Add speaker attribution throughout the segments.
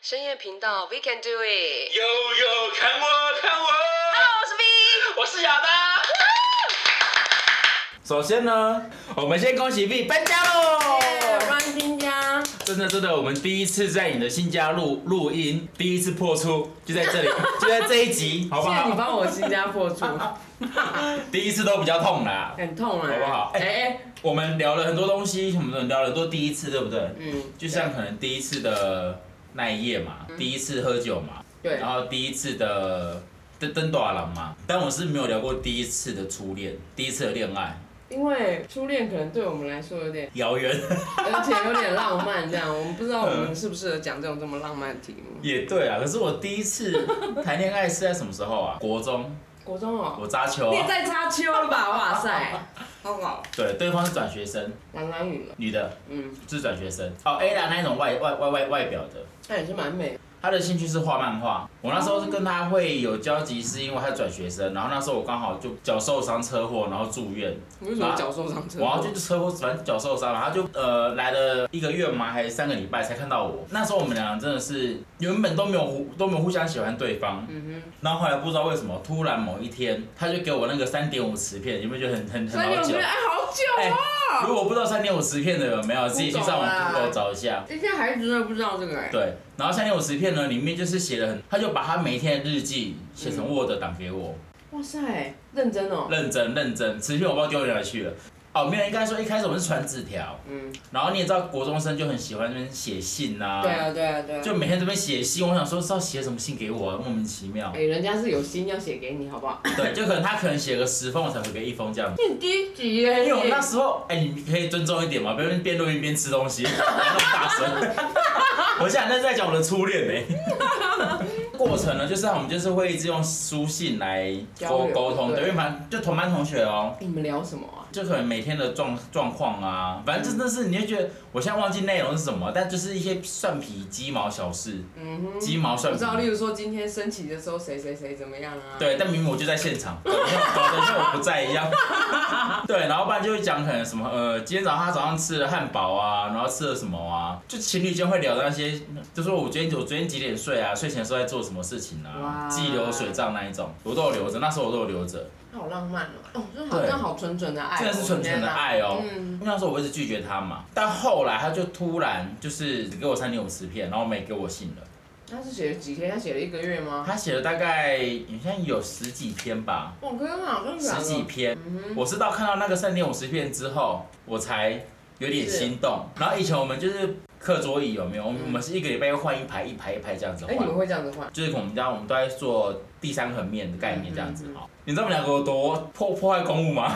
Speaker 1: 深夜频道，We can do it。
Speaker 2: 悠悠，看我，看我，
Speaker 1: Hello，我是 V。
Speaker 2: 我是亚当。首先呢，我们先恭喜 V 搬家喽！
Speaker 1: 欢迎新家，
Speaker 2: 真的真的，我们第一次在你的新家录录音，第一次破处，就在 这里，就在这一集，好不
Speaker 1: 谢谢你
Speaker 2: 好？
Speaker 1: 帮我新家破处，
Speaker 2: 第一次都比较痛啦。
Speaker 1: 很痛哎、
Speaker 2: 好不好
Speaker 1: 哎、
Speaker 2: 我们聊了很多东西，我们聊了很多第一次，对不对？
Speaker 1: 嗯，
Speaker 2: 就像可能第一次的那一夜嘛，第一次喝酒嘛，
Speaker 1: 对
Speaker 2: 然后第一次的登登大郎嘛，但我是没有聊过第一次的初恋，第一次的恋爱，
Speaker 1: 因为初恋可能对我们来说有点，
Speaker 2: 遥远
Speaker 1: 而且有点浪漫，这样我们不知道我们适不适合讲这种这么浪漫的题目。
Speaker 2: 也对啊。可是我第一次谈恋爱是在什么时候啊？ 国中，
Speaker 1: 国中哦、
Speaker 2: 我扎秋
Speaker 1: 你也
Speaker 2: 啊。
Speaker 1: 在插秋了吧？哇塞， 好好，
Speaker 2: 对，对方是转学生，
Speaker 1: 蓝蓝雨了，
Speaker 2: 女的
Speaker 1: 嗯，
Speaker 2: 是转学生。哦，A 啦那一种外外外外外表的，
Speaker 1: 那也是蛮美的，
Speaker 2: 他的兴趣是画漫画。我那时候是跟他会有交集，是因为他转学生，然后那时候我刚好就脚受伤车祸，然后住院。
Speaker 1: 你为什么脚受伤车祸？
Speaker 2: 我要去车祸，反正脚受伤了，他就呃来了一个月嘛，还是三个礼拜才看到我。那时候我们两个真的是原本都没有互都没有互相喜欢对方，
Speaker 1: 嗯
Speaker 2: 然后后来不知道为什么，突然某一天他就给我那个三点五磁片，有没有觉得很很
Speaker 1: 哼，
Speaker 2: 很
Speaker 1: 所以
Speaker 2: 老
Speaker 1: 我觉
Speaker 2: 久
Speaker 1: 得？哎，好久
Speaker 2: 如
Speaker 1: 哦、
Speaker 2: 果不知道三点五磁片的有没有，自己去上网 Google 找一下。
Speaker 1: 这些孩子真的不知道这个哎、
Speaker 2: 对，然后三点五磁片呢，里面就是写了很，他就把他每一天的日记写成 Word 档给我，
Speaker 1: 哇塞，认真嗯哦、
Speaker 2: 认真认真，磁片我不知道丢哪里去了。哦，没有，应该说一开始我们是传纸条，
Speaker 1: 嗯，
Speaker 2: 然后你也知道，国中生就很喜欢那边写信呐、
Speaker 1: 对啊，对啊，对啊。
Speaker 2: 就每天这边写信。我想说，是要写什么信给我、啊，莫名其妙
Speaker 1: 哎、。人家是有心要写给你，好不 好？
Speaker 2: 对，就可能他可能写个十封，我才回个一封这样子。
Speaker 1: 你低级耶，
Speaker 2: 因为我那时候，哎、你可以尊重一点嘛，不要边录音边吃东西，那么大声。 我现在那是在讲我的初恋呢、 过程呢，就是我们就是会一直用书信来
Speaker 1: 交
Speaker 2: 沟
Speaker 1: 流
Speaker 2: 沟通，
Speaker 1: 对
Speaker 2: 对，因为反正就同班同学哦、
Speaker 1: 你们聊什么啊？
Speaker 2: 就可能每天的状状况啊，反正真的是你会觉得，我现在忘记内容是什么，但就是一些蒜皮鸡毛小事，
Speaker 1: 嗯哼，
Speaker 2: 鸡毛蒜
Speaker 1: 不知道，例
Speaker 2: 皮。
Speaker 1: 如说今天升旗的时候谁谁谁怎么样啊？，
Speaker 2: 对，但明明我就在现场，搞得像搞得像我不在一样。 对，然后不然就会讲可能什么呃，今天早上他早上吃了汉堡啊，然后吃了什么啊，就情侣间会聊到那些，就说我昨天我昨天几点睡啊，睡前的时候在做什么事情
Speaker 1: 哇
Speaker 2: 啊，记流水账那一种，我都有留着，那时候我都有留着，
Speaker 1: 好浪漫哦、哦，这好
Speaker 2: 对
Speaker 1: 像好纯纯的爱哦，
Speaker 2: 真的是纯纯的爱哦、
Speaker 1: 我的天哪。嗯，
Speaker 2: 那时候我一直拒绝他嘛，但后来他就突然就是只给我三点五十片，然后没给我信了。
Speaker 1: 他是写了几天？他写了一个月吗？
Speaker 2: 他写了大概好像有十几篇吧，
Speaker 1: 哇，可是他好像
Speaker 2: 十几篇。
Speaker 1: 嗯
Speaker 2: 我是到看到那个三点五十片之后，我才有点心动。然后以前我们就是课桌椅有没有？我们
Speaker 1: 嗯
Speaker 2: 我们是一个礼拜要换一排一排一排这样子
Speaker 1: 哼，
Speaker 2: 换
Speaker 1: 哎，你。们会这样子换？
Speaker 2: 就是我们家我们都在做第三横面的概念这样子
Speaker 1: 嗯嗯嗯
Speaker 2: 好，你知道我们两个有多破破坏公物吗？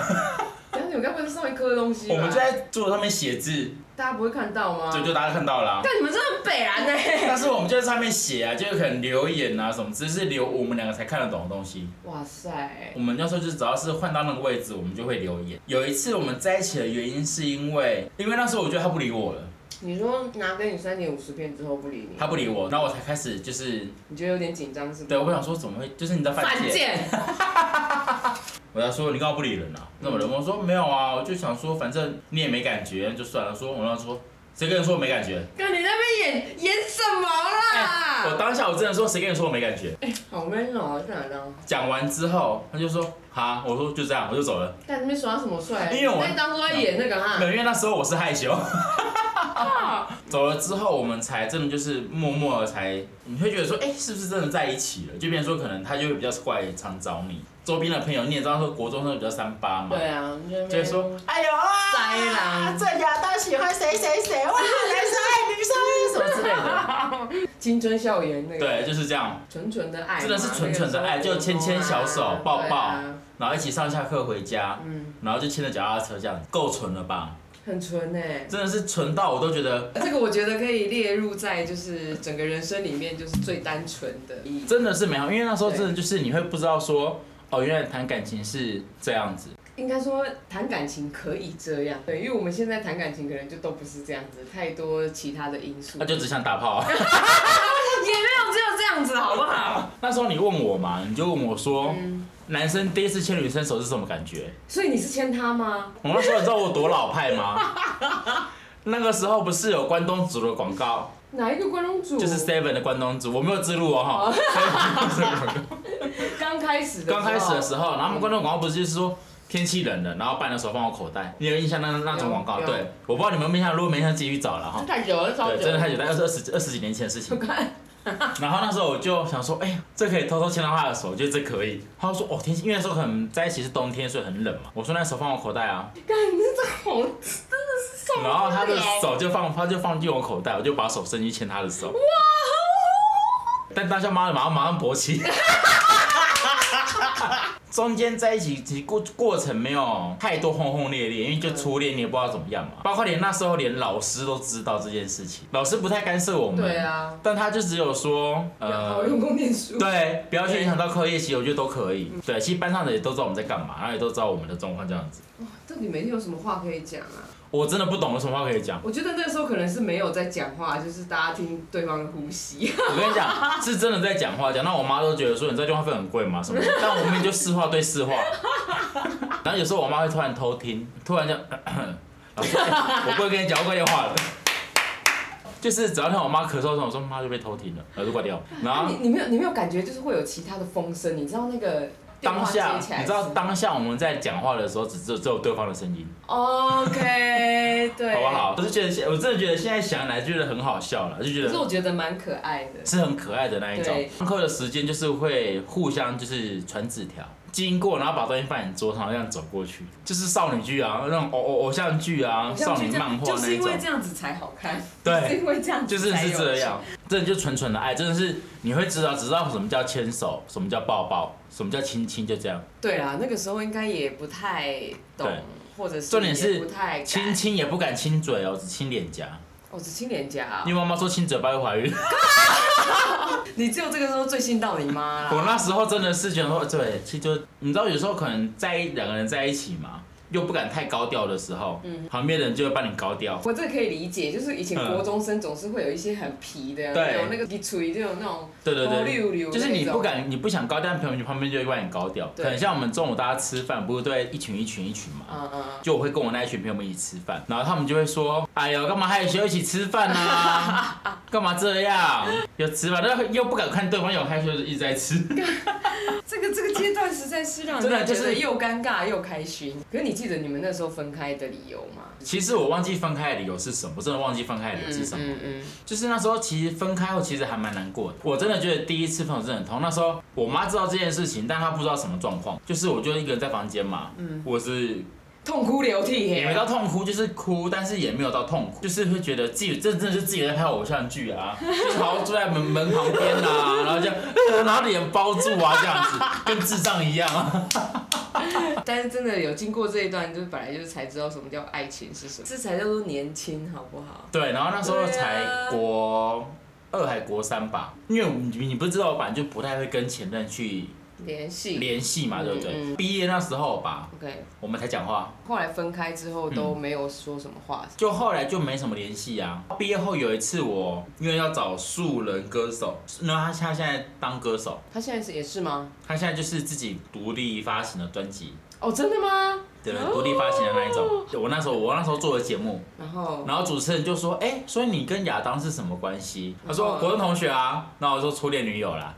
Speaker 1: 等一下你们该不会是上一科的东西吧？
Speaker 2: 我们就在桌子上面写字，
Speaker 1: 大家不会看到吗？
Speaker 2: 就就大家看到了啊、
Speaker 1: 但你们真的很北欸然 呢！
Speaker 2: 但是我们就在上面写啊，就是可能留言啊什么，只是留我们两个才看得懂的东西。
Speaker 1: 哇塞，
Speaker 2: 我们那时候就是只要是换到那个位置，我们就会留言。有一次我们在一起的原因是因为，因为那时候我觉得他不理我了，
Speaker 1: 你说拿给你三点五十片之后不理你，
Speaker 2: 他不理我，然后我才开始就是，
Speaker 1: 你觉得有点紧张是不是？
Speaker 2: 对我想说怎么会，就是你在犯
Speaker 1: 犯
Speaker 2: 贱。
Speaker 1: 贱，
Speaker 2: 我要说你干嘛不理人啊？那么人我说没有啊，我就想说反正你也没感觉，就算了。说我要说谁跟你说我没感觉？
Speaker 1: 跟你那边演演什么啦？
Speaker 2: 哎我当下我真的说谁跟你说我没感觉？
Speaker 1: 好 man 哦，这哪张？
Speaker 2: 讲完之后他就说哈，我说就这样，我就走了。
Speaker 1: 在那边耍什么帅？
Speaker 2: 因为我
Speaker 1: 在当初在演那个
Speaker 2: 没
Speaker 1: 哈，
Speaker 2: 有，因为那时候我是害羞。
Speaker 1: 啊
Speaker 2: 走了之后，我们才真的就是默默的才，你会觉得说，哎、是不是真的在一起了？就变成说，可能他就会比较怪，常找你周边的朋友，你也知道说，国中生比较三八嘛，
Speaker 1: 对啊，你在那边
Speaker 2: 就会说，哎呦啊，
Speaker 1: 宅男
Speaker 2: 这亚当喜欢谁谁谁，哇，男生爱女生什么之类的，
Speaker 1: 青春校园那个，
Speaker 2: 对，，就是这样，
Speaker 1: 纯纯的爱嘛，
Speaker 2: 真的是纯纯的爱
Speaker 1: 那个时候
Speaker 2: 就牵牵小手
Speaker 1: 啊
Speaker 2: 抱抱
Speaker 1: 对啊
Speaker 2: 然后一起上下课回家，
Speaker 1: 嗯，
Speaker 2: 然后就牵着脚踏车这样，够纯了吧？
Speaker 1: 很纯哎。
Speaker 2: 真的是纯到我都觉得，
Speaker 1: 这个我觉得可以列入在就是整个人生里面就是最单纯的，
Speaker 2: 真的是美好，因为那时候真的就是你会不知道说，哦，原来谈感情是这样子。
Speaker 1: 应该说谈感情可以这样，对，因为我们现在谈感情可能就都不是这样子，太多其他的因素，
Speaker 2: 那就只想打炮、啊。
Speaker 1: 也没有只有这样子好不好？
Speaker 2: 那时候你问我嘛，你就问我说，
Speaker 1: 嗯
Speaker 2: 男生第一次牵女生手是什么感觉？
Speaker 1: 所以你是签他吗？
Speaker 2: 我 那时候你知道我多老派吗？那个时候不是有关东煮的广告，
Speaker 1: 哪一个关东煮？
Speaker 2: 就是 Seven 的关东煮，我没有自录哦哈。
Speaker 1: 刚开始的时候
Speaker 2: 刚开始的时
Speaker 1: 哦
Speaker 2: 候，然后他们关东广告不是就是说天气冷了，然后办的时候放我口袋，你有印象那那种广告？
Speaker 1: 有有
Speaker 2: 对，我不知道你们有没有印象，如果没印象自己去找了哈
Speaker 1: 真。太久了，超
Speaker 2: 对，
Speaker 1: 久，
Speaker 2: 真的太久，大概是哎二十二十几年前的事 情。
Speaker 1: 看
Speaker 2: 然后那时候我就想说，哎、呀，这可以偷偷牵到他的手，我觉得这可以。他就说，哦，天气，因为那时候可能在一起是冬天，所以很冷嘛。我说那手放我口袋 啊，
Speaker 1: 干，你这好，真的是受不了
Speaker 2: 然后他的手就放，他就放进我口袋，我就把手伸进去牵他的手。但当下妈的马上马上勃起。 中间在一起其实过过程没有太多轰轰烈烈，因为就初恋你也不知道怎么样嘛，包括连那时候连老师都知道这件事情，老师不太干涉我们，
Speaker 1: 对啊，
Speaker 2: 但他就只有说，
Speaker 1: 要
Speaker 2: 呃
Speaker 1: 好，用功念书，
Speaker 2: 对，不要去影响到课业，其实我觉得都可以。对，其实班上的也都知道我们在干嘛，然后也都知道我们的状况这样子。
Speaker 1: 到底每天有什么话可以讲啊？
Speaker 2: 我真的不懂有什么话可以讲。
Speaker 1: 我觉得那时候可能是没有在讲话，就是大家听对方的呼 吸。
Speaker 2: 我跟你讲，是真的在讲话讲，那我妈都觉得说你这电话费很贵嘛什么的，但我们就市话对市话。然后有时候我妈会突然偷听，突然就，老师、哎我不会跟你讲，我挂电话了。就是只要听我妈咳嗽的时候，我说妈就被偷听了，呃然后就挂掉。然后
Speaker 1: 啊你你没有你没有感觉就是会有其他的风声，你知道那个电
Speaker 2: 当
Speaker 1: 话接
Speaker 2: 下，
Speaker 1: 起来是，
Speaker 2: 你知道当下我们在讲话的时候，只只有只有对方的声音。
Speaker 1: OK 对，
Speaker 2: 好不好？我是觉得现，我真的觉得现在想来觉得很好笑了，就觉
Speaker 1: 可是
Speaker 2: 得
Speaker 1: 我觉得蛮可爱的。
Speaker 2: 是很可爱的那一种
Speaker 1: 对。
Speaker 2: 上课的时间就是会互相就是传纸条，经过然后把东西放你桌上，这样走过去，就是少女剧啊，那种偶偶偶像剧啊，
Speaker 1: 像
Speaker 2: 少女漫画
Speaker 1: 就
Speaker 2: 那
Speaker 1: 是
Speaker 2: 一
Speaker 1: 因
Speaker 2: 种
Speaker 1: 为。这样子才好看，
Speaker 2: 对
Speaker 1: 就是因为这样子
Speaker 2: 就是
Speaker 1: 才
Speaker 2: 是
Speaker 1: 有
Speaker 2: 这
Speaker 1: 趣
Speaker 2: 样，真的就纯纯的爱，真的是你会知道，只知道什么叫牵手，什么叫抱抱，什么叫亲亲，就这样。
Speaker 1: 对啦，那个时候应该也不太
Speaker 2: 对
Speaker 1: 懂，或者是
Speaker 2: 重点
Speaker 1: 也
Speaker 2: 是
Speaker 1: 不太敢
Speaker 2: 亲，亲也不敢亲嘴哦，只亲脸颊，
Speaker 1: 我只亲脸颊啊
Speaker 2: 因，为妈妈说亲嘴巴会怀孕。
Speaker 1: 你只有这个时候最心到你妈
Speaker 2: 我
Speaker 1: 啦。
Speaker 2: 那时候真的是觉得说，对，其实就你知道，有时候可能在两个人在一起嘛，又不敢太高调的时候，
Speaker 1: 嗯
Speaker 2: 旁边的人就会帮你高调。
Speaker 1: 我这可以理解，就是以前
Speaker 2: 嗯
Speaker 1: 国中生总是会有一些很皮的，啊
Speaker 2: 对
Speaker 1: 有那个一锤就有那种
Speaker 2: 对对
Speaker 1: 头
Speaker 2: 对，
Speaker 1: 溜溜的那种，
Speaker 2: 就是你不敢，你不想高调，朋友旁边就会帮你高调。可
Speaker 1: 对
Speaker 2: 能像我们中午大家吃饭，不是都会一群一群一群嘛，
Speaker 1: 嗯，嗯嗯，
Speaker 2: 就我会跟我那一群朋友们一起吃饭，然后他们就会说：“哎呦，干嘛害羞一起吃饭呢、 啊？干嘛这样？有吃饭，但又不敢看对方有害羞，就一直在吃。
Speaker 1: 嗯这个这个阶段实在是让人
Speaker 2: 真的
Speaker 1: 家觉
Speaker 2: 就
Speaker 1: 得
Speaker 2: 是
Speaker 1: 又尴尬又开心。可是你记得你们那时候分开的理由吗？
Speaker 2: 其实我忘记分开的理由是什么，我真的忘记分开的理由是什么。
Speaker 1: 嗯嗯，
Speaker 2: 就是那时候其实分开后，其实还蛮难过的。我真的觉得第一次分手真的很痛。那时候我妈知道这件事情，但她不知道什么状况，就是我就一个人在房间嘛，嗯，我是
Speaker 1: 痛哭流涕
Speaker 2: 也没
Speaker 1: 耶，
Speaker 2: 到痛哭，就是哭，但是也没有到痛哭，就是会觉得自己这真的是自己在拍偶像剧啊，就是好像坐在门门旁边啊， 然后这样，呃然后脸包住啊，这样子跟智障一样 啊。
Speaker 1: 但是真的有经过这一段，就是本来就是才知道什么叫爱情是什么，这才叫做年轻，好不好？
Speaker 2: 对，然后那时候
Speaker 1: 对啊
Speaker 2: 才国二还国三吧，因为你你不知道，我本来就不太会跟前任去
Speaker 1: 联系
Speaker 2: 联系嘛，
Speaker 1: 嗯
Speaker 2: 对不对？
Speaker 1: 嗯
Speaker 2: 毕业那时候吧，
Speaker 1: OK，
Speaker 2: 我们才讲话，
Speaker 1: 后来分开之后
Speaker 2: 嗯
Speaker 1: 都没有说什么话，
Speaker 2: 就后来就没什么联系啊。毕业后有一次我因为要找素人歌手，那他他现在当歌手，
Speaker 1: 他现在是也是吗？
Speaker 2: 他现在就是自己独立发行的专辑，
Speaker 1: 哦，真的吗？
Speaker 2: 对，
Speaker 1: 哦
Speaker 2: 独立发行的那一种。我那时候我那时候做的节目，
Speaker 1: 然后
Speaker 2: 然后主持人就说，哎、所以你跟亚当是什么关系？他
Speaker 1: 然
Speaker 2: 说
Speaker 1: 后
Speaker 2: 国中同学啊，那我说初恋女友啦，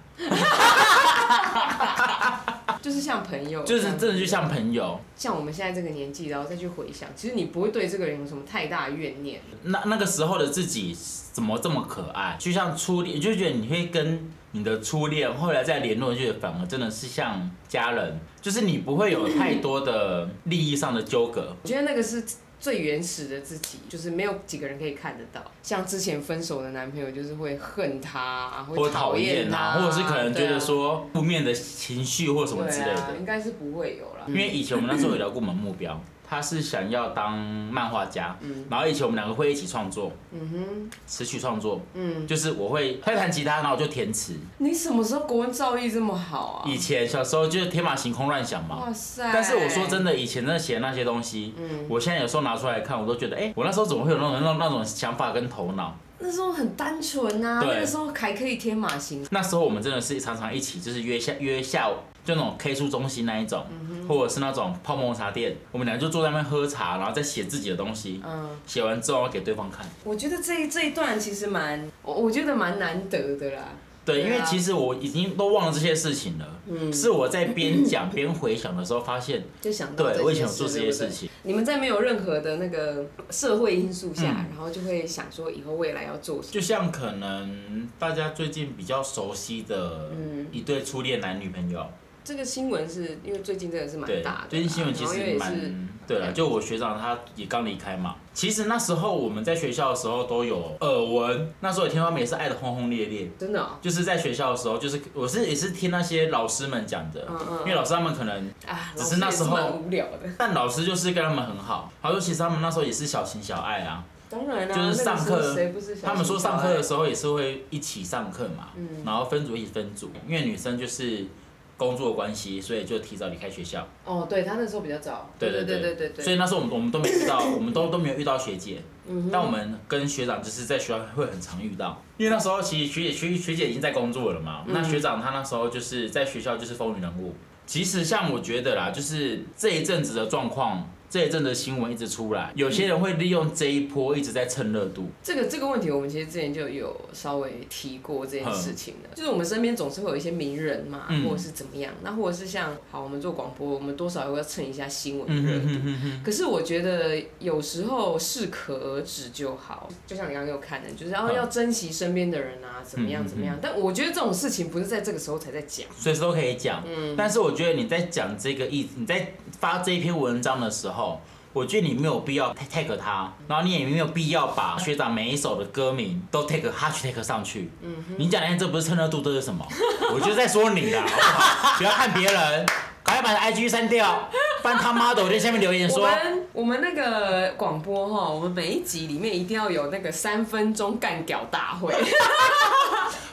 Speaker 1: 就是像朋友，
Speaker 2: 就是真的就
Speaker 1: 像。
Speaker 2: 像朋友。
Speaker 1: 像我们现在这个年纪，然后再去回想，其实你不会对这个人有什么太大怨念。
Speaker 2: 那那个时候的自己怎么这么可爱？就像初恋，就觉得你会跟你的初恋后来再联络，就觉得反而真的是像家人，就是你不会有太多的利益上的纠葛。
Speaker 1: 我觉得那个是最原始的自己，就是没有几个人可以看得到。像之前分手的男朋友，就是会恨他，啊
Speaker 2: 或
Speaker 1: 会
Speaker 2: 讨
Speaker 1: 讨
Speaker 2: 厌
Speaker 1: 他，
Speaker 2: 啊，或者是可能觉得说负面的情绪或什
Speaker 1: 对
Speaker 2: 么
Speaker 1: 啊
Speaker 2: 之类
Speaker 1: 对啊
Speaker 2: 的。
Speaker 1: 应该是不会有啦
Speaker 2: 因。为以前我们那时候有聊过我们目标，他是想要当漫画家，然后以前我们两个会一起创作，
Speaker 1: 嗯哼，
Speaker 2: 词曲创作，
Speaker 1: 嗯，
Speaker 2: 就是我会会弹吉他，然后我就填词。
Speaker 1: 你什么时候国文造诣这么好啊
Speaker 2: 以？前小时候就是天马行空乱想嘛，
Speaker 1: 哇
Speaker 2: 嗯
Speaker 1: 塞！
Speaker 2: 但是我说真
Speaker 1: 的，
Speaker 2: 的，以前那写的那些东西，我现在有时候拿出来看，我都觉得，哎、我那时候怎么会有那种那那种想法跟头脑？
Speaker 1: 那时候很单纯呐、
Speaker 2: 对
Speaker 1: 那个时候还可以天马行，
Speaker 2: 那时候我们真的是常常一起，就是约下约下午，就那种 K 书中心那一种，或者是那种泡沫茶店，我们俩就坐在那边喝茶，然后再写自己的东西，
Speaker 1: 嗯，
Speaker 2: 写完之后要给对方看。
Speaker 1: 我觉得这一这一段其实蛮，我我觉得蛮难得的啦，
Speaker 2: 对，因
Speaker 1: 对啊
Speaker 2: 为其实我已经都忘了这些事情了，是我在边讲 边回想的时候发现，
Speaker 1: 就想到
Speaker 2: 对我以前有
Speaker 1: 事
Speaker 2: 做这些
Speaker 1: 对
Speaker 2: 事
Speaker 1: 不对
Speaker 2: 情，
Speaker 1: 你们在没有任何的那个社会因素下，
Speaker 2: 嗯
Speaker 1: 然后就会想说以后未来要做什么。
Speaker 2: 就像可能大家最近比较熟悉的一对初恋男女朋友，
Speaker 1: 这个新闻是因为最近真的是蛮
Speaker 2: 对
Speaker 1: 大的啦，，
Speaker 2: 最近新闻其
Speaker 1: 然后因
Speaker 2: 实
Speaker 1: 为也
Speaker 2: 蛮
Speaker 1: 是
Speaker 2: 对了，就我学长他也刚离开嘛。其实那时候我们在学校的时候都有耳闻，那时候也听他们也是爱的轰轰烈烈。
Speaker 1: 真的哦、
Speaker 2: 就是在学校的时候，就是我是也是听那些老师们讲的，
Speaker 1: 嗯嗯
Speaker 2: 因为老师他们可能，
Speaker 1: 啊，
Speaker 2: 只是那时候
Speaker 1: 老师也是蛮无聊的。
Speaker 2: 但老师就是跟他们很好，他说其实他们那时候也是小情小爱啊，
Speaker 1: 当然啦、
Speaker 2: 就是上课
Speaker 1: 那个时候谁不是小
Speaker 2: 他们说上课的
Speaker 1: 心小嗯
Speaker 2: 时候也是会一起上课嘛，然后分组一起分组，因为女生就是工作关系，所以就提早离开学校。
Speaker 1: 爱哦，对他那时候比较早，
Speaker 2: 对
Speaker 1: 对
Speaker 2: 对
Speaker 1: 对对对，嗯
Speaker 2: 所以那时候我们我们都没遇到， 我们都都没有遇到学姐，但我们跟学长就是在学校会很常遇到，因为那时候其实学姐学学姐已经在工作了嘛，
Speaker 1: 嗯
Speaker 2: 那学长他那时候就是在学校就是风云人物。其实像我觉得啦，就是这一阵子的状况，这一阵子的新闻一直出来，有些人会利用这一波一直在蹭热度，
Speaker 1: 这个这个问题，我们其实之前就有稍微提过这件事情的，就是我们身边总是会有一些名人嘛，
Speaker 2: 嗯
Speaker 1: 或者是怎么样，那或者是像好，我们做广播，我们多少也会蹭一下新闻热
Speaker 2: 嗯
Speaker 1: 度。可是我觉得有时候适可而止就好，就像你刚刚给我看的，就是哦要
Speaker 2: 嗯
Speaker 1: 要珍惜身边的人啊，怎么样怎么样。但我觉得这种事情不是在这个时候才在讲，
Speaker 2: 随时都可以讲。
Speaker 1: 嗯
Speaker 2: 但是我觉得你在讲这个意，你在发这一篇文章的时候，我觉得你没有必要 tag 他，然后你也没有必要把学长每一首的歌名都 tag hashtag 上去。
Speaker 1: 嗯
Speaker 2: 你讲哎的这不是蹭热度，这是什么？ 我就在说你啦，好不好？不要看别人，赶快把 IG 删掉，不然他妈的我在下面留言
Speaker 1: 我
Speaker 2: 说。
Speaker 1: 们我们那个广播哈，我们每一集里面一定要有那个三分钟干屌大会。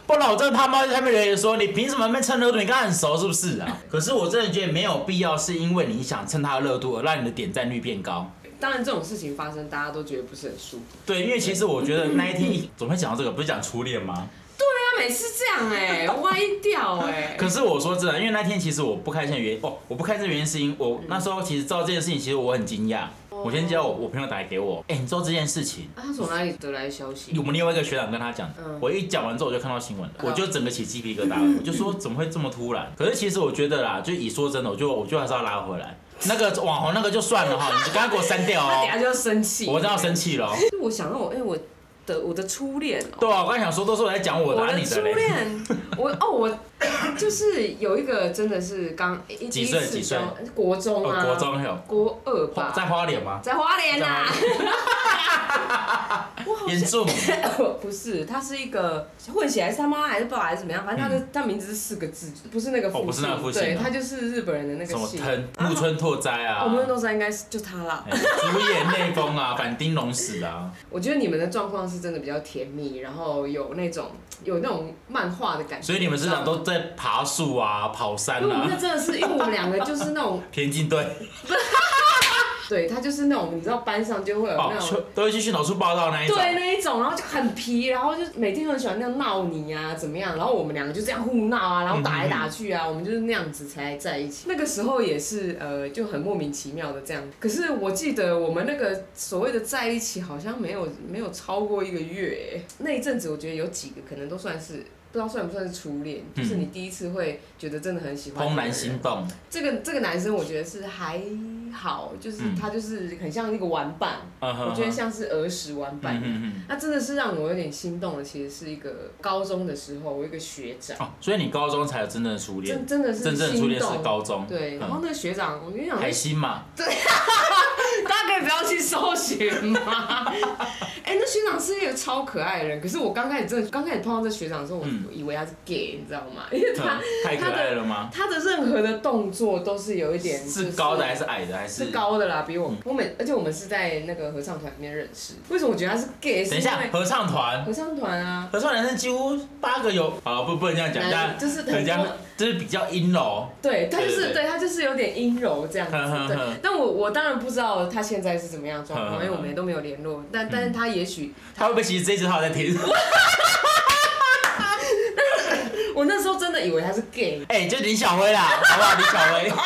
Speaker 2: 不然我真的他妈在下面留言说你凭什么在那边蹭热度？你跟他很熟是不是啊？可是我真的觉得没有必要，是因为你想蹭他的热度而让你的点赞率变高。
Speaker 1: 当然，这种事情发生，大家都觉得不是很舒服。
Speaker 2: 对，因为其实我觉得那一 天怎么会讲到这个？不是讲初恋吗？
Speaker 1: 他啊每次这样哎、歪掉 哎、
Speaker 2: 可是我说真的，因为那天其实我不开心的原因，哦，我不开心的原因是因为我
Speaker 1: 嗯
Speaker 2: 那时候其实知道这件事情，其实我很惊讶。
Speaker 1: 哦
Speaker 2: 我先叫我我朋友打来给我，哎、你知道这件事情？
Speaker 1: 啊，他从哪里得来的消息
Speaker 2: 我？们另外一个学长跟他讲的，我一讲完之后我就看到新闻了，
Speaker 1: 嗯
Speaker 2: 我就整个起鸡皮疙瘩了，我就说怎么会这么突然？可是其实我觉得啦，就以说真的，我就我就还是要拉回来。那个网红那个就算了哈，你就赶快给我删掉
Speaker 1: 他
Speaker 2: 哦
Speaker 1: 等，下就要生气。
Speaker 2: 我真的要生。气了哦。
Speaker 1: 我想到我哎、我的我的初恋哦、
Speaker 2: 对啊，我刚才想说都是我在讲我的，
Speaker 1: 我
Speaker 2: 啊
Speaker 1: 的
Speaker 2: 你
Speaker 1: 初
Speaker 2: 的嘞。
Speaker 1: 恋， 我哦我就是有一个真的是刚一
Speaker 2: 几岁
Speaker 1: 第一次
Speaker 2: 几岁
Speaker 1: 交国中
Speaker 2: 哦，
Speaker 1: 啊，
Speaker 2: 国中还有
Speaker 1: 国二吧，
Speaker 2: 在花脸吗？
Speaker 1: 在花莲啊 呐、我好
Speaker 2: 严
Speaker 1: 像
Speaker 2: 重，
Speaker 1: 不是，他是一个混血还是他妈还是爸还是怎么样，反正他的、他名字是四个字，不是那个
Speaker 2: 嗯哦不是那个复姓
Speaker 1: 对
Speaker 2: 啊
Speaker 1: 他就是日本人的那
Speaker 2: 什
Speaker 1: 个
Speaker 2: 么
Speaker 1: 姓。
Speaker 2: 藤木村拓哉啊
Speaker 1: 我，们东山应该是就他啦。
Speaker 2: 哎竹野内丰啊， 反町隆史啊，
Speaker 1: 我觉得你们的状况是真的比较甜蜜，然后有那种有那种漫画的感觉。
Speaker 2: 所以你们市长都在爬树啊、跑山
Speaker 1: 因为我们那
Speaker 2: 啊、
Speaker 1: 真的是，因为我们两个就是那种，
Speaker 2: 田径队
Speaker 1: 对他就是那种，你知道班上就会有
Speaker 2: 哦
Speaker 1: 那，种。
Speaker 2: 去都会去训导处报道那一种
Speaker 1: 对。那一种，然后就很皮，然后就每天很喜欢那样闹你啊，怎么样？然后我们两个就这样互闹啊，然后打来打去啊，我们就是那样子才在一起。那个时候也是呃，就很莫名其妙的这样。可是我记得我们那个所谓的在一起，好像没有没有超过一个月、欸那一阵子我觉得有几个可能都算是。不知道算不算是初恋，就是你第一次会觉得真的很喜欢一
Speaker 2: 怦
Speaker 1: 个人
Speaker 2: 然心动，
Speaker 1: 这个这个男生，我觉得是还好，就是
Speaker 2: 嗯
Speaker 1: 他就是很像一个玩伴，
Speaker 2: 嗯哼
Speaker 1: 我觉得像是儿时玩伴
Speaker 2: 嗯
Speaker 1: 一样。
Speaker 2: 嗯
Speaker 1: 那真的是让我有点心动的，其实是一个高中的时候，我一个学长
Speaker 2: 嗯，，哦，所以你高中才有真正的初恋
Speaker 1: 真，真的是
Speaker 2: 真正的初
Speaker 1: 心
Speaker 2: 恋是
Speaker 1: 动
Speaker 2: 高中，
Speaker 1: 对，然后
Speaker 2: 嗯，
Speaker 1: 那个学长，我跟你讲，
Speaker 2: 海星嘛，
Speaker 1: 大家可以不要去搜寻吗？ 哎、那学长是一个超可爱的人，可是我刚开始真的刚开始碰到这学长的时候，我
Speaker 2: 嗯
Speaker 1: 我以为他是 gay，你知道吗？因为他
Speaker 2: 嗯太可爱了吗？
Speaker 1: 他的任何的动作都是有一点就是
Speaker 2: 高的还嗯是矮的还
Speaker 1: 是？高的啦，比我我每而且我们是在那个合唱团里面认识。为什么我觉得他是 gay？
Speaker 2: 等一
Speaker 1: 是
Speaker 2: 下
Speaker 1: 因，为
Speaker 2: 合唱团，
Speaker 1: 合唱团啊，
Speaker 2: 合唱男生几乎八个有，好了，不不能这样讲，
Speaker 1: 男
Speaker 2: 但
Speaker 1: 哎就是很
Speaker 2: 人家
Speaker 1: 多
Speaker 2: 就是比较阴 柔，
Speaker 1: 对，他就
Speaker 2: 对
Speaker 1: 是
Speaker 2: 对
Speaker 1: 对他就是有点阴柔这样子
Speaker 2: 哼哼，
Speaker 1: 对
Speaker 2: 哼。
Speaker 1: 但我我当然不知道他现在是怎么样的状
Speaker 2: 哼哼
Speaker 1: 况，
Speaker 2: 哼
Speaker 1: 因为我们也都没有联络。
Speaker 2: 嗯
Speaker 1: 但但是他也许，
Speaker 2: 他会不会其实这一次他有在听？
Speaker 1: 我那时候真的以为他是 gay，
Speaker 2: 哎、就李小 辉啦，好不好？李小辉。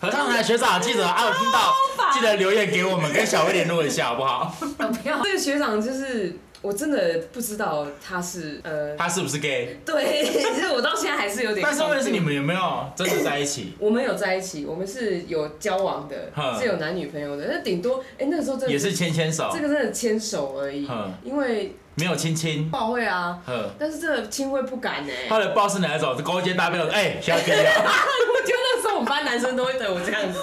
Speaker 2: 合唱团学长记得啊，有听到记得留言给我们，跟小辉联络一下好不 好？
Speaker 1: 啊不要，这个学长就是我真的不知道他是呃，
Speaker 2: 他是不是 gay？
Speaker 1: 对， 其实我到现在还是有点。
Speaker 2: 但是问题是你。们有没有真的在一起？
Speaker 1: 我们有在一起，我们是有交往的
Speaker 2: 哼，
Speaker 1: 是有男女朋友的。那顶多，哎、那个时候真的
Speaker 2: 也是牵牵手
Speaker 1: 这，个真的牵手而已
Speaker 2: 哼，
Speaker 1: 因为
Speaker 2: 没有亲亲。
Speaker 1: 报会啊，
Speaker 2: 呵，
Speaker 1: 但是真的亲会不敢哎、
Speaker 2: 他的 boss 哪一种？勾肩搭背的，哎、小姐 啊，
Speaker 1: 我觉得那时候我们班男生都会对我这 样子。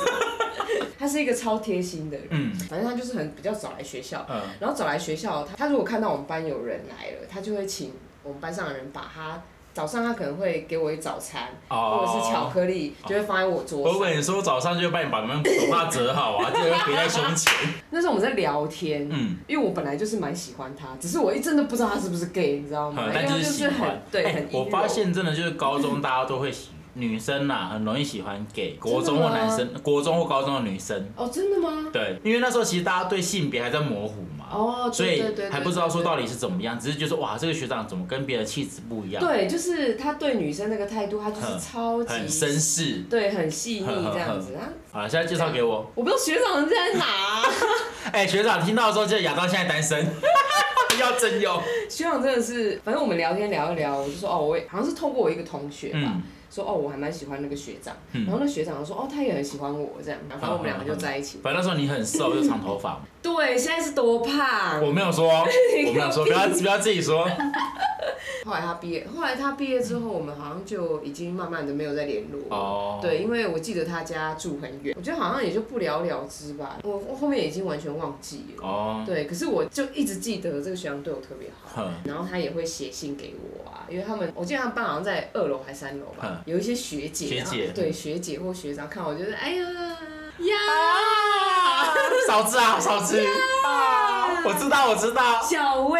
Speaker 1: 他是一个超贴心的人，
Speaker 2: 嗯
Speaker 1: 反正他就是很比较早来学校，
Speaker 2: 嗯
Speaker 1: 然后早来学校，他他如果看到我们班有人来了，他就会请我们班上的人把他早上他可能会给我一早餐，或者是巧
Speaker 2: 哦。
Speaker 1: 克力，就会放在我桌
Speaker 2: 我
Speaker 1: 上。
Speaker 2: 跟你说，早上就把你把你们手帕折好啊，这个别在胸前。
Speaker 1: 那时候我们在聊天，
Speaker 2: 嗯，
Speaker 1: 因为我本来就是蛮喜欢他，只是我一真的不知道他是不是 gay，你知道
Speaker 2: 嗯
Speaker 1: 吗？因为
Speaker 2: 但
Speaker 1: 他
Speaker 2: 是喜
Speaker 1: 很
Speaker 2: 欢。
Speaker 1: 对
Speaker 2: 哎
Speaker 1: 很
Speaker 2: 我
Speaker 1: 阴柔
Speaker 2: 发现真的就是高中大家都会喜女生呐，很容易喜欢 gay，国中
Speaker 1: 真
Speaker 2: 或
Speaker 1: 的吗
Speaker 2: 男生，国中或高中的女生。
Speaker 1: 哦，真的吗？
Speaker 2: 对，因为那时候其实大家对性别还在模糊嘛，
Speaker 1: 哦，对
Speaker 2: 所以
Speaker 1: 对对
Speaker 2: 还不知道说
Speaker 1: 底。对
Speaker 2: 到底是怎么样，只是就是哇，这个学长怎么跟别的气质不一样，嗯
Speaker 1: 对，就是他对女生那个态度，他就是超级
Speaker 2: 很绅士。嗯
Speaker 1: 对，很细腻这样子啊。
Speaker 2: 好，现在介绍给我。
Speaker 1: 我不知道学长在哪啊、
Speaker 2: 哎，学长听到的时候，记得亚当现在单身， 要真有。
Speaker 1: 学长真的是，反正我们聊天聊一聊，我就说哦，我也好像是透过我一个同学吧，
Speaker 2: 嗯，
Speaker 1: 说哦，我还蛮喜欢那个学长，
Speaker 2: 嗯
Speaker 1: 然后那学长说哦，他也很喜欢我这样，然后我们两个就在一起。
Speaker 2: 反正那时候你很瘦，又长头发，
Speaker 1: 对，现在是多胖？
Speaker 2: 我没 有说，我没有说，不要不要自己说。
Speaker 1: 后来他毕业，后来他毕业之后，我们好像就已经慢慢的没有再联络。
Speaker 2: 哦，
Speaker 1: 对，因为我记得他家住很远，我觉得好像也就不了了之吧。我我后面已经完全忘记了。
Speaker 2: 哦，
Speaker 1: 对，可是我就一直记得这个学长对我特别好，
Speaker 2: 哼，
Speaker 1: 然后他也会写信给我啊，因为他们我记得他们班好像在二楼还是三楼吧，有一些学姐，
Speaker 2: 嗯学
Speaker 1: 然后
Speaker 2: 姐
Speaker 1: 对学姐或学长看我就是哎呀呀
Speaker 2: 啊，少吃啊，少 吃啊！我知道，我知道。
Speaker 1: 小薇，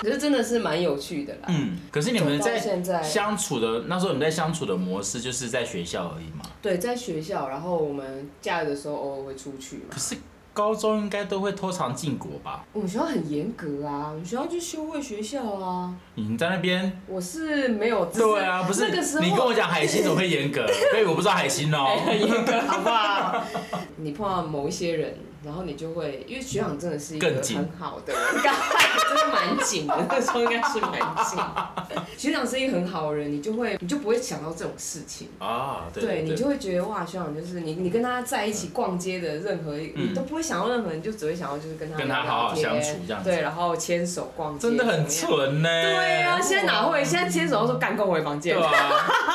Speaker 1: 可是真的是蛮有趣的啦。
Speaker 2: 嗯，可是你们
Speaker 1: 走到现
Speaker 2: 在
Speaker 1: 在
Speaker 2: 相处的那时候，你们在相处的模式就是在学校而已嘛。
Speaker 1: 对，在学校，然后我们假日的时候偶尔会出去嘛
Speaker 2: 可。是高中应该都会偷藏禁果吧？
Speaker 1: 我们学校很严格啊，我们学校就修会学校啊。
Speaker 2: 你在那边？
Speaker 1: 我是没有，只
Speaker 2: 对啊，不是
Speaker 1: 那个时候
Speaker 2: 你跟我讲海星怎么会严 格？所以我不知道海星哦。
Speaker 1: 很严 格，好不好？你碰到某一些人，然后你就会，因为学长真的是一个
Speaker 2: 更紧
Speaker 1: 很好的人，刚真的蛮紧的，那时候应该是蛮紧的。 学长是一个很好的人，你就会，你就不会想到这种事情。
Speaker 2: 啊，对
Speaker 1: 对你就会觉得哇，学长就是你，你跟他在一起逛街的任何一，
Speaker 2: 嗯
Speaker 1: 你都不会想到任何人，你就只会想要就是跟他
Speaker 2: 跟他
Speaker 1: 聊聊
Speaker 2: 好好
Speaker 1: 天
Speaker 2: 相处这样子
Speaker 1: 对，然后牵手逛街，
Speaker 2: 真的很
Speaker 1: 怎么样。
Speaker 2: 蠢呢。
Speaker 1: 对啊，现在哪会？现在牵手都说干够回房
Speaker 2: 对
Speaker 1: 间。
Speaker 2: 啊，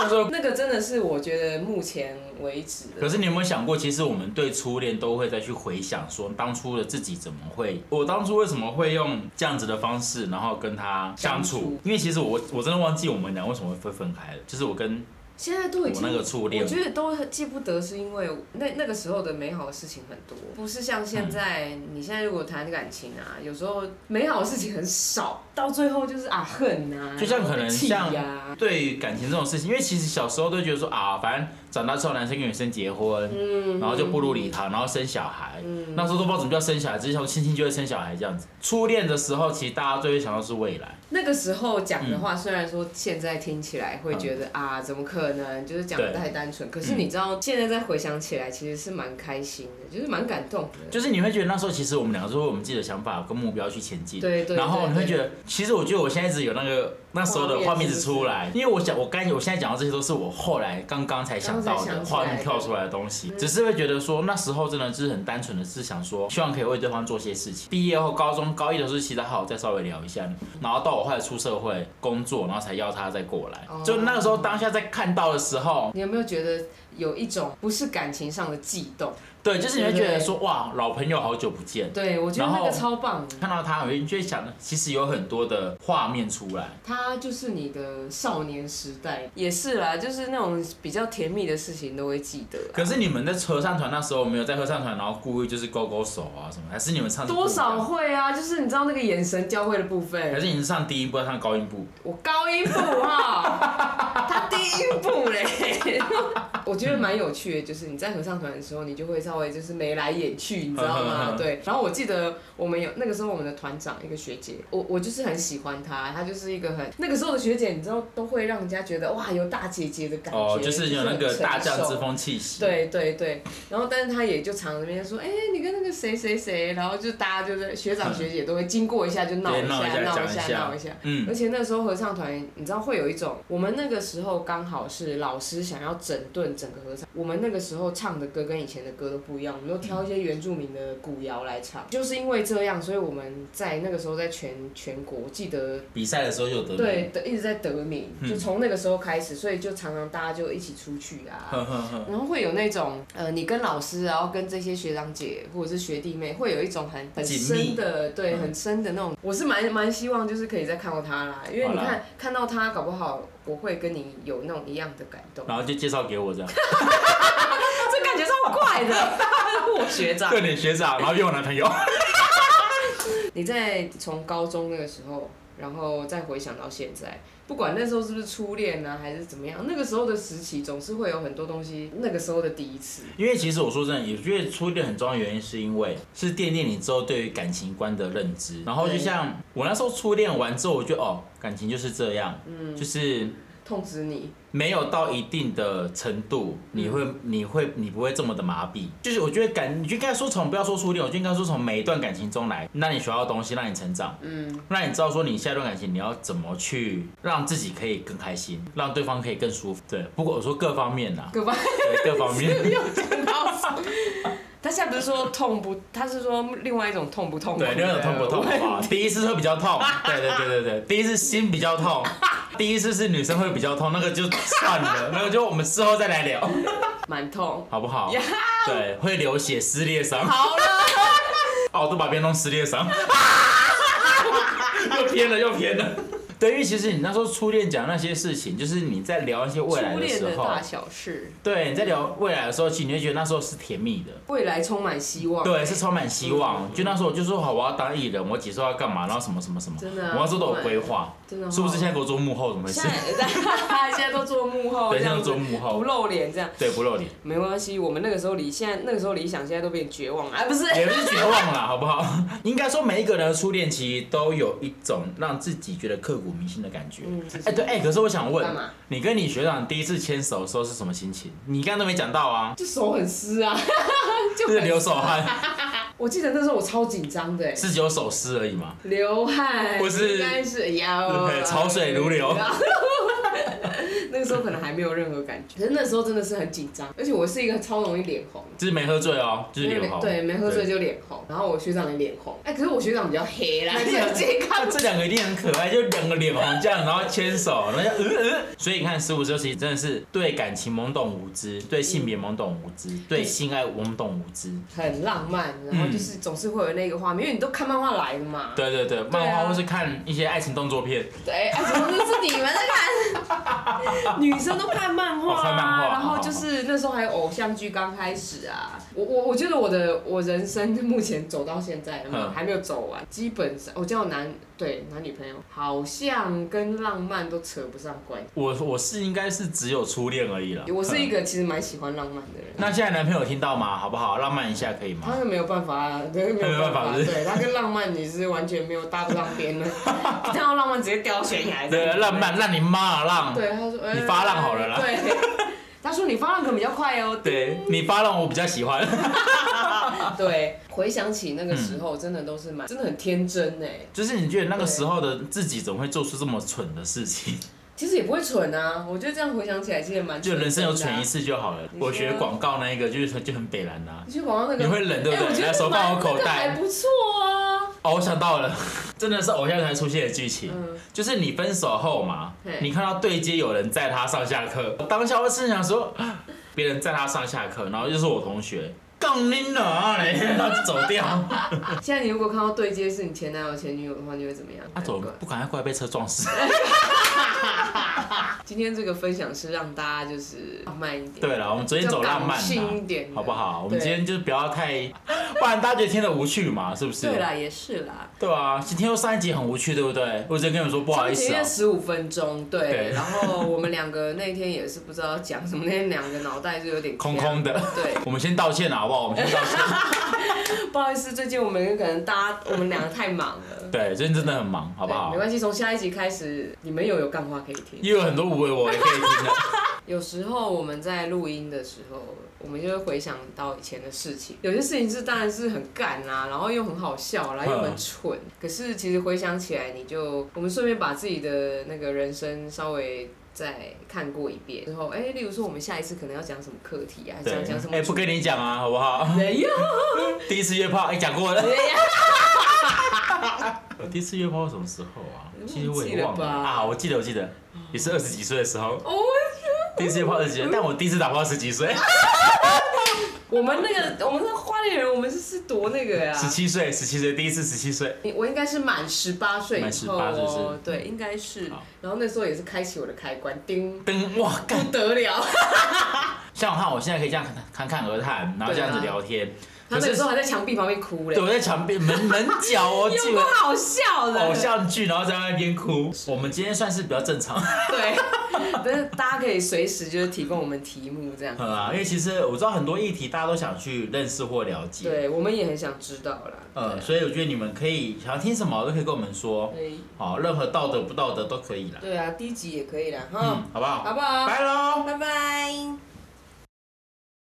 Speaker 2: 那时候。
Speaker 1: 那个真的是我觉得目前为止的
Speaker 2: 可是你有没有想过，其实我们对初恋都会再去回想，说当初的自己怎么会，我当初为什么会用这样子的方式，然后跟他相
Speaker 1: 相
Speaker 2: 处
Speaker 1: 处？
Speaker 2: 因为其实我我真的忘记我们俩为什么会分开了，就是我跟
Speaker 1: 现在都
Speaker 2: 我
Speaker 1: 已经，
Speaker 2: 那个初恋
Speaker 1: 我，觉得都记不得，是因为那那个时候的美好的事情很多，不是像现在。你现在如果谈感情啊，有时候美好的事情很少，到最后就是啊恨啊，
Speaker 2: 就像
Speaker 1: 然后
Speaker 2: 可能
Speaker 1: 被气啊
Speaker 2: 像
Speaker 1: 呀、
Speaker 2: 对于感情这种事情，因为其实小时候都觉得说啊，反正长大之后男生跟女生结婚，
Speaker 1: 嗯
Speaker 2: 然后就步入礼堂，然后生小孩。
Speaker 1: 嗯
Speaker 2: 那时候都不知道怎么叫生小孩，只是想亲亲就会生小孩这样子。初恋的时候，其实大家都会想到是未来，
Speaker 1: 那个时候讲的
Speaker 2: 嗯
Speaker 1: 话，虽然说现在听起来会觉得、啊，怎么可能，就是讲的
Speaker 2: 对
Speaker 1: 太单纯。可
Speaker 2: 嗯
Speaker 1: 是你知道，现在再回想起来，其实是蛮开心的，就是蛮感动的。
Speaker 2: 就是你会觉得那时候其实我们两个是为我们自己的想法跟目标去前进。
Speaker 1: 对对，
Speaker 2: 然后你会觉
Speaker 1: 得
Speaker 2: 得，其实我觉得我现在只有那个那时候的画面一直出来，因为我想我刚我现在讲到这些都是我后来刚刚才想到的
Speaker 1: 刚刚才想起来
Speaker 2: 画
Speaker 1: 的
Speaker 2: 面跳出来的东西，只是会觉得说那时候真的就是很单纯的是想说，希望可以为对方做些事情。毕业后高中高一的时候其实还好再稍微聊一下，然后到我后来出社会工作，然后才要他再过来
Speaker 1: 哦。
Speaker 2: 就那个时候当下在看到的时候，
Speaker 1: 你有没有觉得有一种不是感情上的悸动。
Speaker 2: 对，就是你会觉得说哇，老朋友好久不见，
Speaker 1: 对我觉得那个
Speaker 2: 然后
Speaker 1: 超棒的，
Speaker 2: 看到他，你就会想，其实有很多的画面出来。
Speaker 1: 它就是你的少年时代，也是啦，就是那种比较甜蜜的事情都会记得啊。
Speaker 2: 可是你们在合唱团那时候没有在合唱团，然后故意就是勾勾手啊什么，还是你们唱
Speaker 1: 多少
Speaker 2: 会？
Speaker 1: 会啊，就是你知道那个眼神交汇的部分
Speaker 2: 还，是你是唱低音部，还是唱高音部？
Speaker 1: 我高音部哈，他低音 部嘞。我觉得蛮有趣的，就是你在合唱团的时候，你就会稍微就是眉来眼去，你知道
Speaker 2: 嗯
Speaker 1: 吗？对。然后我记得我们有那个时候我们的团长一个学姐，我我就是很喜欢她，她就是一个很那个时候的学姐，你知道都会让人家觉得哇有大姐姐的感觉，
Speaker 2: 哦，就是有那个
Speaker 1: 很
Speaker 2: 大将
Speaker 1: 成熟
Speaker 2: 之风气息。，
Speaker 1: 对对对，然后但是他也就常那边说，哎、你跟那个谁谁谁，然后就大家就是学长学姐都会经过一下就闹
Speaker 2: 嗯对
Speaker 1: 一下，
Speaker 2: 闹一下
Speaker 1: 闹
Speaker 2: 讲
Speaker 1: 一
Speaker 2: 一
Speaker 1: 下，
Speaker 2: 下
Speaker 1: 闹一下。
Speaker 2: 嗯
Speaker 1: 而且那时候合唱团，你知道会有一种，我们那个时候刚好是老师想要整顿整个合唱，我们那个时候唱的歌跟以前的歌都不一样，我们都挑
Speaker 2: 嗯
Speaker 1: 一些原住民的古谣来唱。就是因为这样，所以我们在那个时候在全全国，我记得
Speaker 2: 比赛的时候就有得名。
Speaker 1: 对的一直在得名，
Speaker 2: 嗯
Speaker 1: 就从那个时候开始，所以就常常大家就一起出去啊，
Speaker 2: 呵呵呵，
Speaker 1: 然后会有那种呃，你跟老师，然后跟这些学长姐或者是学弟妹，会有一种很很
Speaker 2: 紧密
Speaker 1: 深的，对，
Speaker 2: 嗯
Speaker 1: 很深的那种。我是蛮 蛮希望就是可以再看到他啦，因为你
Speaker 2: 好啦
Speaker 1: 看看到他，搞不好我会跟你有那种一样的感动。
Speaker 2: 然后就介绍给 我这样，
Speaker 1: 这感觉超怪的，我学 长。
Speaker 2: 对你学长，然后约我男朋 友。
Speaker 1: 你在从高中那个时候，然后再回想到现在，不管那时候是不是初恋啊，还是怎么样，那个时候的时期总是会有很多东西，那个时候的第一次。
Speaker 2: 因为其实我说真的，我觉得初恋很重要的原因是因为是奠定你之后对于感情观的认知。然后就像我那时候初恋完之后，我觉得哦，感情就是这样，嗯，就是
Speaker 1: 痛死你！
Speaker 2: 没有到一定的程度，你会你会你不会这么的麻痹。就是我觉得感，你就应该说从不要说初恋，我就应该说从每一段感情中来，那你学到的东西，让你成长，嗯，让你知道说你下一段感情你要怎么去让自己可以更开心，让对方可以更舒服。对，不过我说各方面呐、
Speaker 1: 各位。
Speaker 2: 对各方面。
Speaker 1: 又讲到手。他现在不是说痛不，他是说另外一种痛不痛苦？
Speaker 2: 对，另外一种痛不痛？好不好？第一次会比较痛，对对对对对，第一次心比较痛，第一次是女生会比较痛，那个就算了，那个就我们事后再来聊，
Speaker 1: 蛮痛。
Speaker 2: 好不好
Speaker 1: 呀？
Speaker 2: 对，会流血撕裂伤，
Speaker 1: 好了，
Speaker 2: 哦，都把别人弄撕裂 伤，又偏了又偏了。对，因为其实你那时候初恋讲那些事情，就是你在聊一些未来
Speaker 1: 初
Speaker 2: 的
Speaker 1: 恋
Speaker 2: 时
Speaker 1: 的
Speaker 2: 候，
Speaker 1: 大小事，
Speaker 2: 对，你在聊未来的时候，其实你会觉得那时候是甜蜜的，
Speaker 1: 未来充满希望。
Speaker 2: 对，是充满希望。就那时候我就说好，我要当艺人，我几岁要干嘛，然后什么什么什么，
Speaker 1: 真的啊
Speaker 2: 我那时候都有规划，
Speaker 1: 真的哦
Speaker 2: 是不是现在给我做幕后怎么回事
Speaker 1: 现？ 在现在都做幕后，
Speaker 2: 对
Speaker 1: 这样
Speaker 2: 现在都
Speaker 1: 子
Speaker 2: 做幕后
Speaker 1: 不露脸这样。
Speaker 2: 对，不露脸，
Speaker 1: 没关系，我们那个时候理现在那个时候理想，现在都变绝望了，哎，不是，
Speaker 2: 也不是绝望啦，好 不好？应该说每一个人的初恋期都有一种让自己觉得刻骨铭心的感觉。
Speaker 1: 嗯
Speaker 2: 哎、对，哎、可是我想问
Speaker 1: 干嘛，
Speaker 2: 你跟你学长第一次牵手的时候是什么心情？你刚刚都没讲到 啊，
Speaker 1: 就手很湿啊， 就
Speaker 2: 就是
Speaker 1: 很
Speaker 2: 流手汗，
Speaker 1: 我记得那时候我超紧张的，哎
Speaker 2: 是只有手湿而已嘛。
Speaker 1: 流汗，
Speaker 2: 或是
Speaker 1: 应该是腰啊
Speaker 2: 对，潮水如流。
Speaker 1: 那个时候可能还没有任何感觉，可是那时候真的是很紧张，而且我是一个超容易脸红，
Speaker 2: 就是没喝醉哦，就是脸红。
Speaker 1: 对，没喝醉就脸红，然后我学长也脸红，哎、可是我学长比较黑啦，
Speaker 2: 这
Speaker 1: 很健康。
Speaker 2: 啊这两个一定很可爱，就两个脸红这样，然后牵手，然后就呃呃。所以你看，十五岁其实真的是对感情懵懂无知，对性别懵懂无知，
Speaker 1: 嗯
Speaker 2: 对性爱懵懂无知。
Speaker 1: 很浪漫，然后就是总是会有那个画面，因为你都看漫画来的嘛。
Speaker 2: 对对对，漫
Speaker 1: 啊
Speaker 2: 画或是看一些爱情动作片，
Speaker 1: 对，哎，怎么都是你们在看？女生都看漫画、
Speaker 2: 哦
Speaker 1: 啊，
Speaker 2: 看漫画
Speaker 1: 然后就是那时候还有偶像剧刚开始啊。我我我觉得我的我人生目前走到现在了嘛，
Speaker 2: 嗯
Speaker 1: 还没有走完，基本上我交男对男女朋友，好像跟浪漫都扯不上关系。
Speaker 2: 我我是应该是只有初恋而已了。
Speaker 1: 我是一
Speaker 2: 嗯。
Speaker 1: 个其实蛮喜欢浪漫的人。
Speaker 2: 那现在男朋友听到吗？好不好？浪漫一下可以
Speaker 1: 他
Speaker 2: 吗？
Speaker 1: 是没有办法啊，对，没有办
Speaker 2: 他没有办
Speaker 1: 法，
Speaker 2: 法是不是
Speaker 1: 对他跟浪漫你是完全没有搭不上 边的，一看到浪漫直接掉悬崖。
Speaker 2: 对，浪漫，让你妈啊浪。
Speaker 1: 对，他说，哎
Speaker 2: 你发浪好了啦
Speaker 1: 对， 他说你发浪可能比较快哦。
Speaker 2: 对你发浪，我比较喜欢。
Speaker 1: 对，回想起那个时
Speaker 2: 嗯
Speaker 1: 候，真的都是蛮，真的很天真哎。
Speaker 2: 就是你觉得那个时候的自己怎么会做出这么蠢的事情？
Speaker 1: 其实也不会蠢啊，我觉得这样回想起来，其实也蛮
Speaker 2: 就
Speaker 1: 纯
Speaker 2: 人生有
Speaker 1: 真的啊
Speaker 2: 蠢一。次就好了。
Speaker 1: 你说
Speaker 2: 我学广告那一个就是就很北蓝呐、
Speaker 1: 你去广告那个，
Speaker 2: 你会冷对不
Speaker 1: 哎我
Speaker 2: 对？
Speaker 1: 觉
Speaker 2: 那
Speaker 1: 得
Speaker 2: 手放我口
Speaker 1: 那个还
Speaker 2: 袋。
Speaker 1: 不错啊。
Speaker 2: 哦，我想到了， 真的是偶像才出现的剧情，
Speaker 1: 嗯
Speaker 2: 就是你分手后嘛
Speaker 1: 嘿，
Speaker 2: 你看到对街有人载他上下课，我当下会是想说，啊别人在他上下课，然后又是我同学，杠你 哪嘞，然后就走 掉。
Speaker 1: 现在你如果看到对接是你前男友前女友的话，你会怎么样？
Speaker 2: 他走
Speaker 1: 难怪
Speaker 2: 不赶快过来被车撞死。
Speaker 1: 今天这个分享是让大家就是浪漫一点，
Speaker 2: 对了，我们昨天走浪漫
Speaker 1: 比较感性一点
Speaker 2: 啦，
Speaker 1: 的
Speaker 2: 好不好？我们
Speaker 1: 对
Speaker 2: 今天就是不要太，不然大家觉得听得无趣嘛，是不是？
Speaker 1: 对啦，也是啦。
Speaker 2: 对啊，今天又上一集很无趣，对不对？我直接跟你们说不好意思啊、
Speaker 1: 十五分钟，对
Speaker 2: 对。
Speaker 1: 然后我们两个那天也是不知道讲什么，那天两个脑袋就有点
Speaker 2: 空空的。
Speaker 1: 对，
Speaker 2: 我们先道歉了，好不好？我们先道 歉。
Speaker 1: 不好意思，最近我们可能大家我们两个太忙了，
Speaker 2: 对，最近真的很忙，好不
Speaker 1: 对
Speaker 2: 好
Speaker 1: 没？关系，从下一集开始，你们又有干话可以听。
Speaker 2: 也有很多无为我也可以听的。
Speaker 1: 有时候我们在录音的时候，我们就会回想到以前的事情。有些事情是当然是很干啦、然后又很好笑啦，
Speaker 2: 嗯
Speaker 1: 又很蠢。可是其实回想起来，你就我们顺便把自己的那个人生稍微再看过一遍之后，哎、例如说我们下一次可能要讲什么课题啊，
Speaker 2: 对
Speaker 1: 讲讲什，么
Speaker 2: 哎、
Speaker 1: 主题？
Speaker 2: 不跟你讲啊，好不好？
Speaker 1: 没有，
Speaker 2: 第一次约炮，哎、讲过了。
Speaker 1: 没有
Speaker 2: 我第一次约炮是什么时候啊？其实我
Speaker 1: 忘记
Speaker 2: 也
Speaker 1: 了
Speaker 2: 忘了
Speaker 1: 吧
Speaker 2: 啊，我记得，我记得，也是二十几岁的时候，
Speaker 1: 哦
Speaker 2: 第一次约炮二十
Speaker 1: 嗯
Speaker 2: 几岁，但我第一次打炮二十几岁，
Speaker 1: 我们那个我们那花莲人，我们是是多那个呀、
Speaker 2: 十七岁，十七岁，第一次十七岁。
Speaker 1: 你我应该是满十八岁
Speaker 2: 满
Speaker 1: 以后
Speaker 2: 18
Speaker 1: 哦，
Speaker 2: 是不是
Speaker 1: 对，应该是
Speaker 2: 好。
Speaker 1: 然后那时候也是开启我的开关，叮，
Speaker 2: 灯哇，干
Speaker 1: 不得了。
Speaker 2: 像我看我现在可以这样侃侃而谈，然后这样子聊天。
Speaker 1: 他
Speaker 2: 可
Speaker 1: 那
Speaker 2: 是
Speaker 1: 时候还在墙壁旁边哭嘞
Speaker 2: 对，，我在墙边 门门角哦，
Speaker 1: 有
Speaker 2: 记
Speaker 1: 多
Speaker 2: 得
Speaker 1: 好笑的。
Speaker 2: 偶像剧，然后在那边哭。我们今天算是比较正常，
Speaker 1: 对， 但是大家可以随时就是提供我们题目这样。
Speaker 2: 嗯啊，因为其实我知道很多议题大家都想去认识或了解，
Speaker 1: 对，我们也很想知道啦。
Speaker 2: 呃，所以我觉得你们可以想要听什么都可以跟我们说，
Speaker 1: 对，
Speaker 2: 好，任何道德不道德都可以啦，
Speaker 1: 对啊，第一集也可以啦，哈，
Speaker 2: 嗯，好不好？
Speaker 1: 好不好？
Speaker 2: 拜喽。
Speaker 1: 拜拜。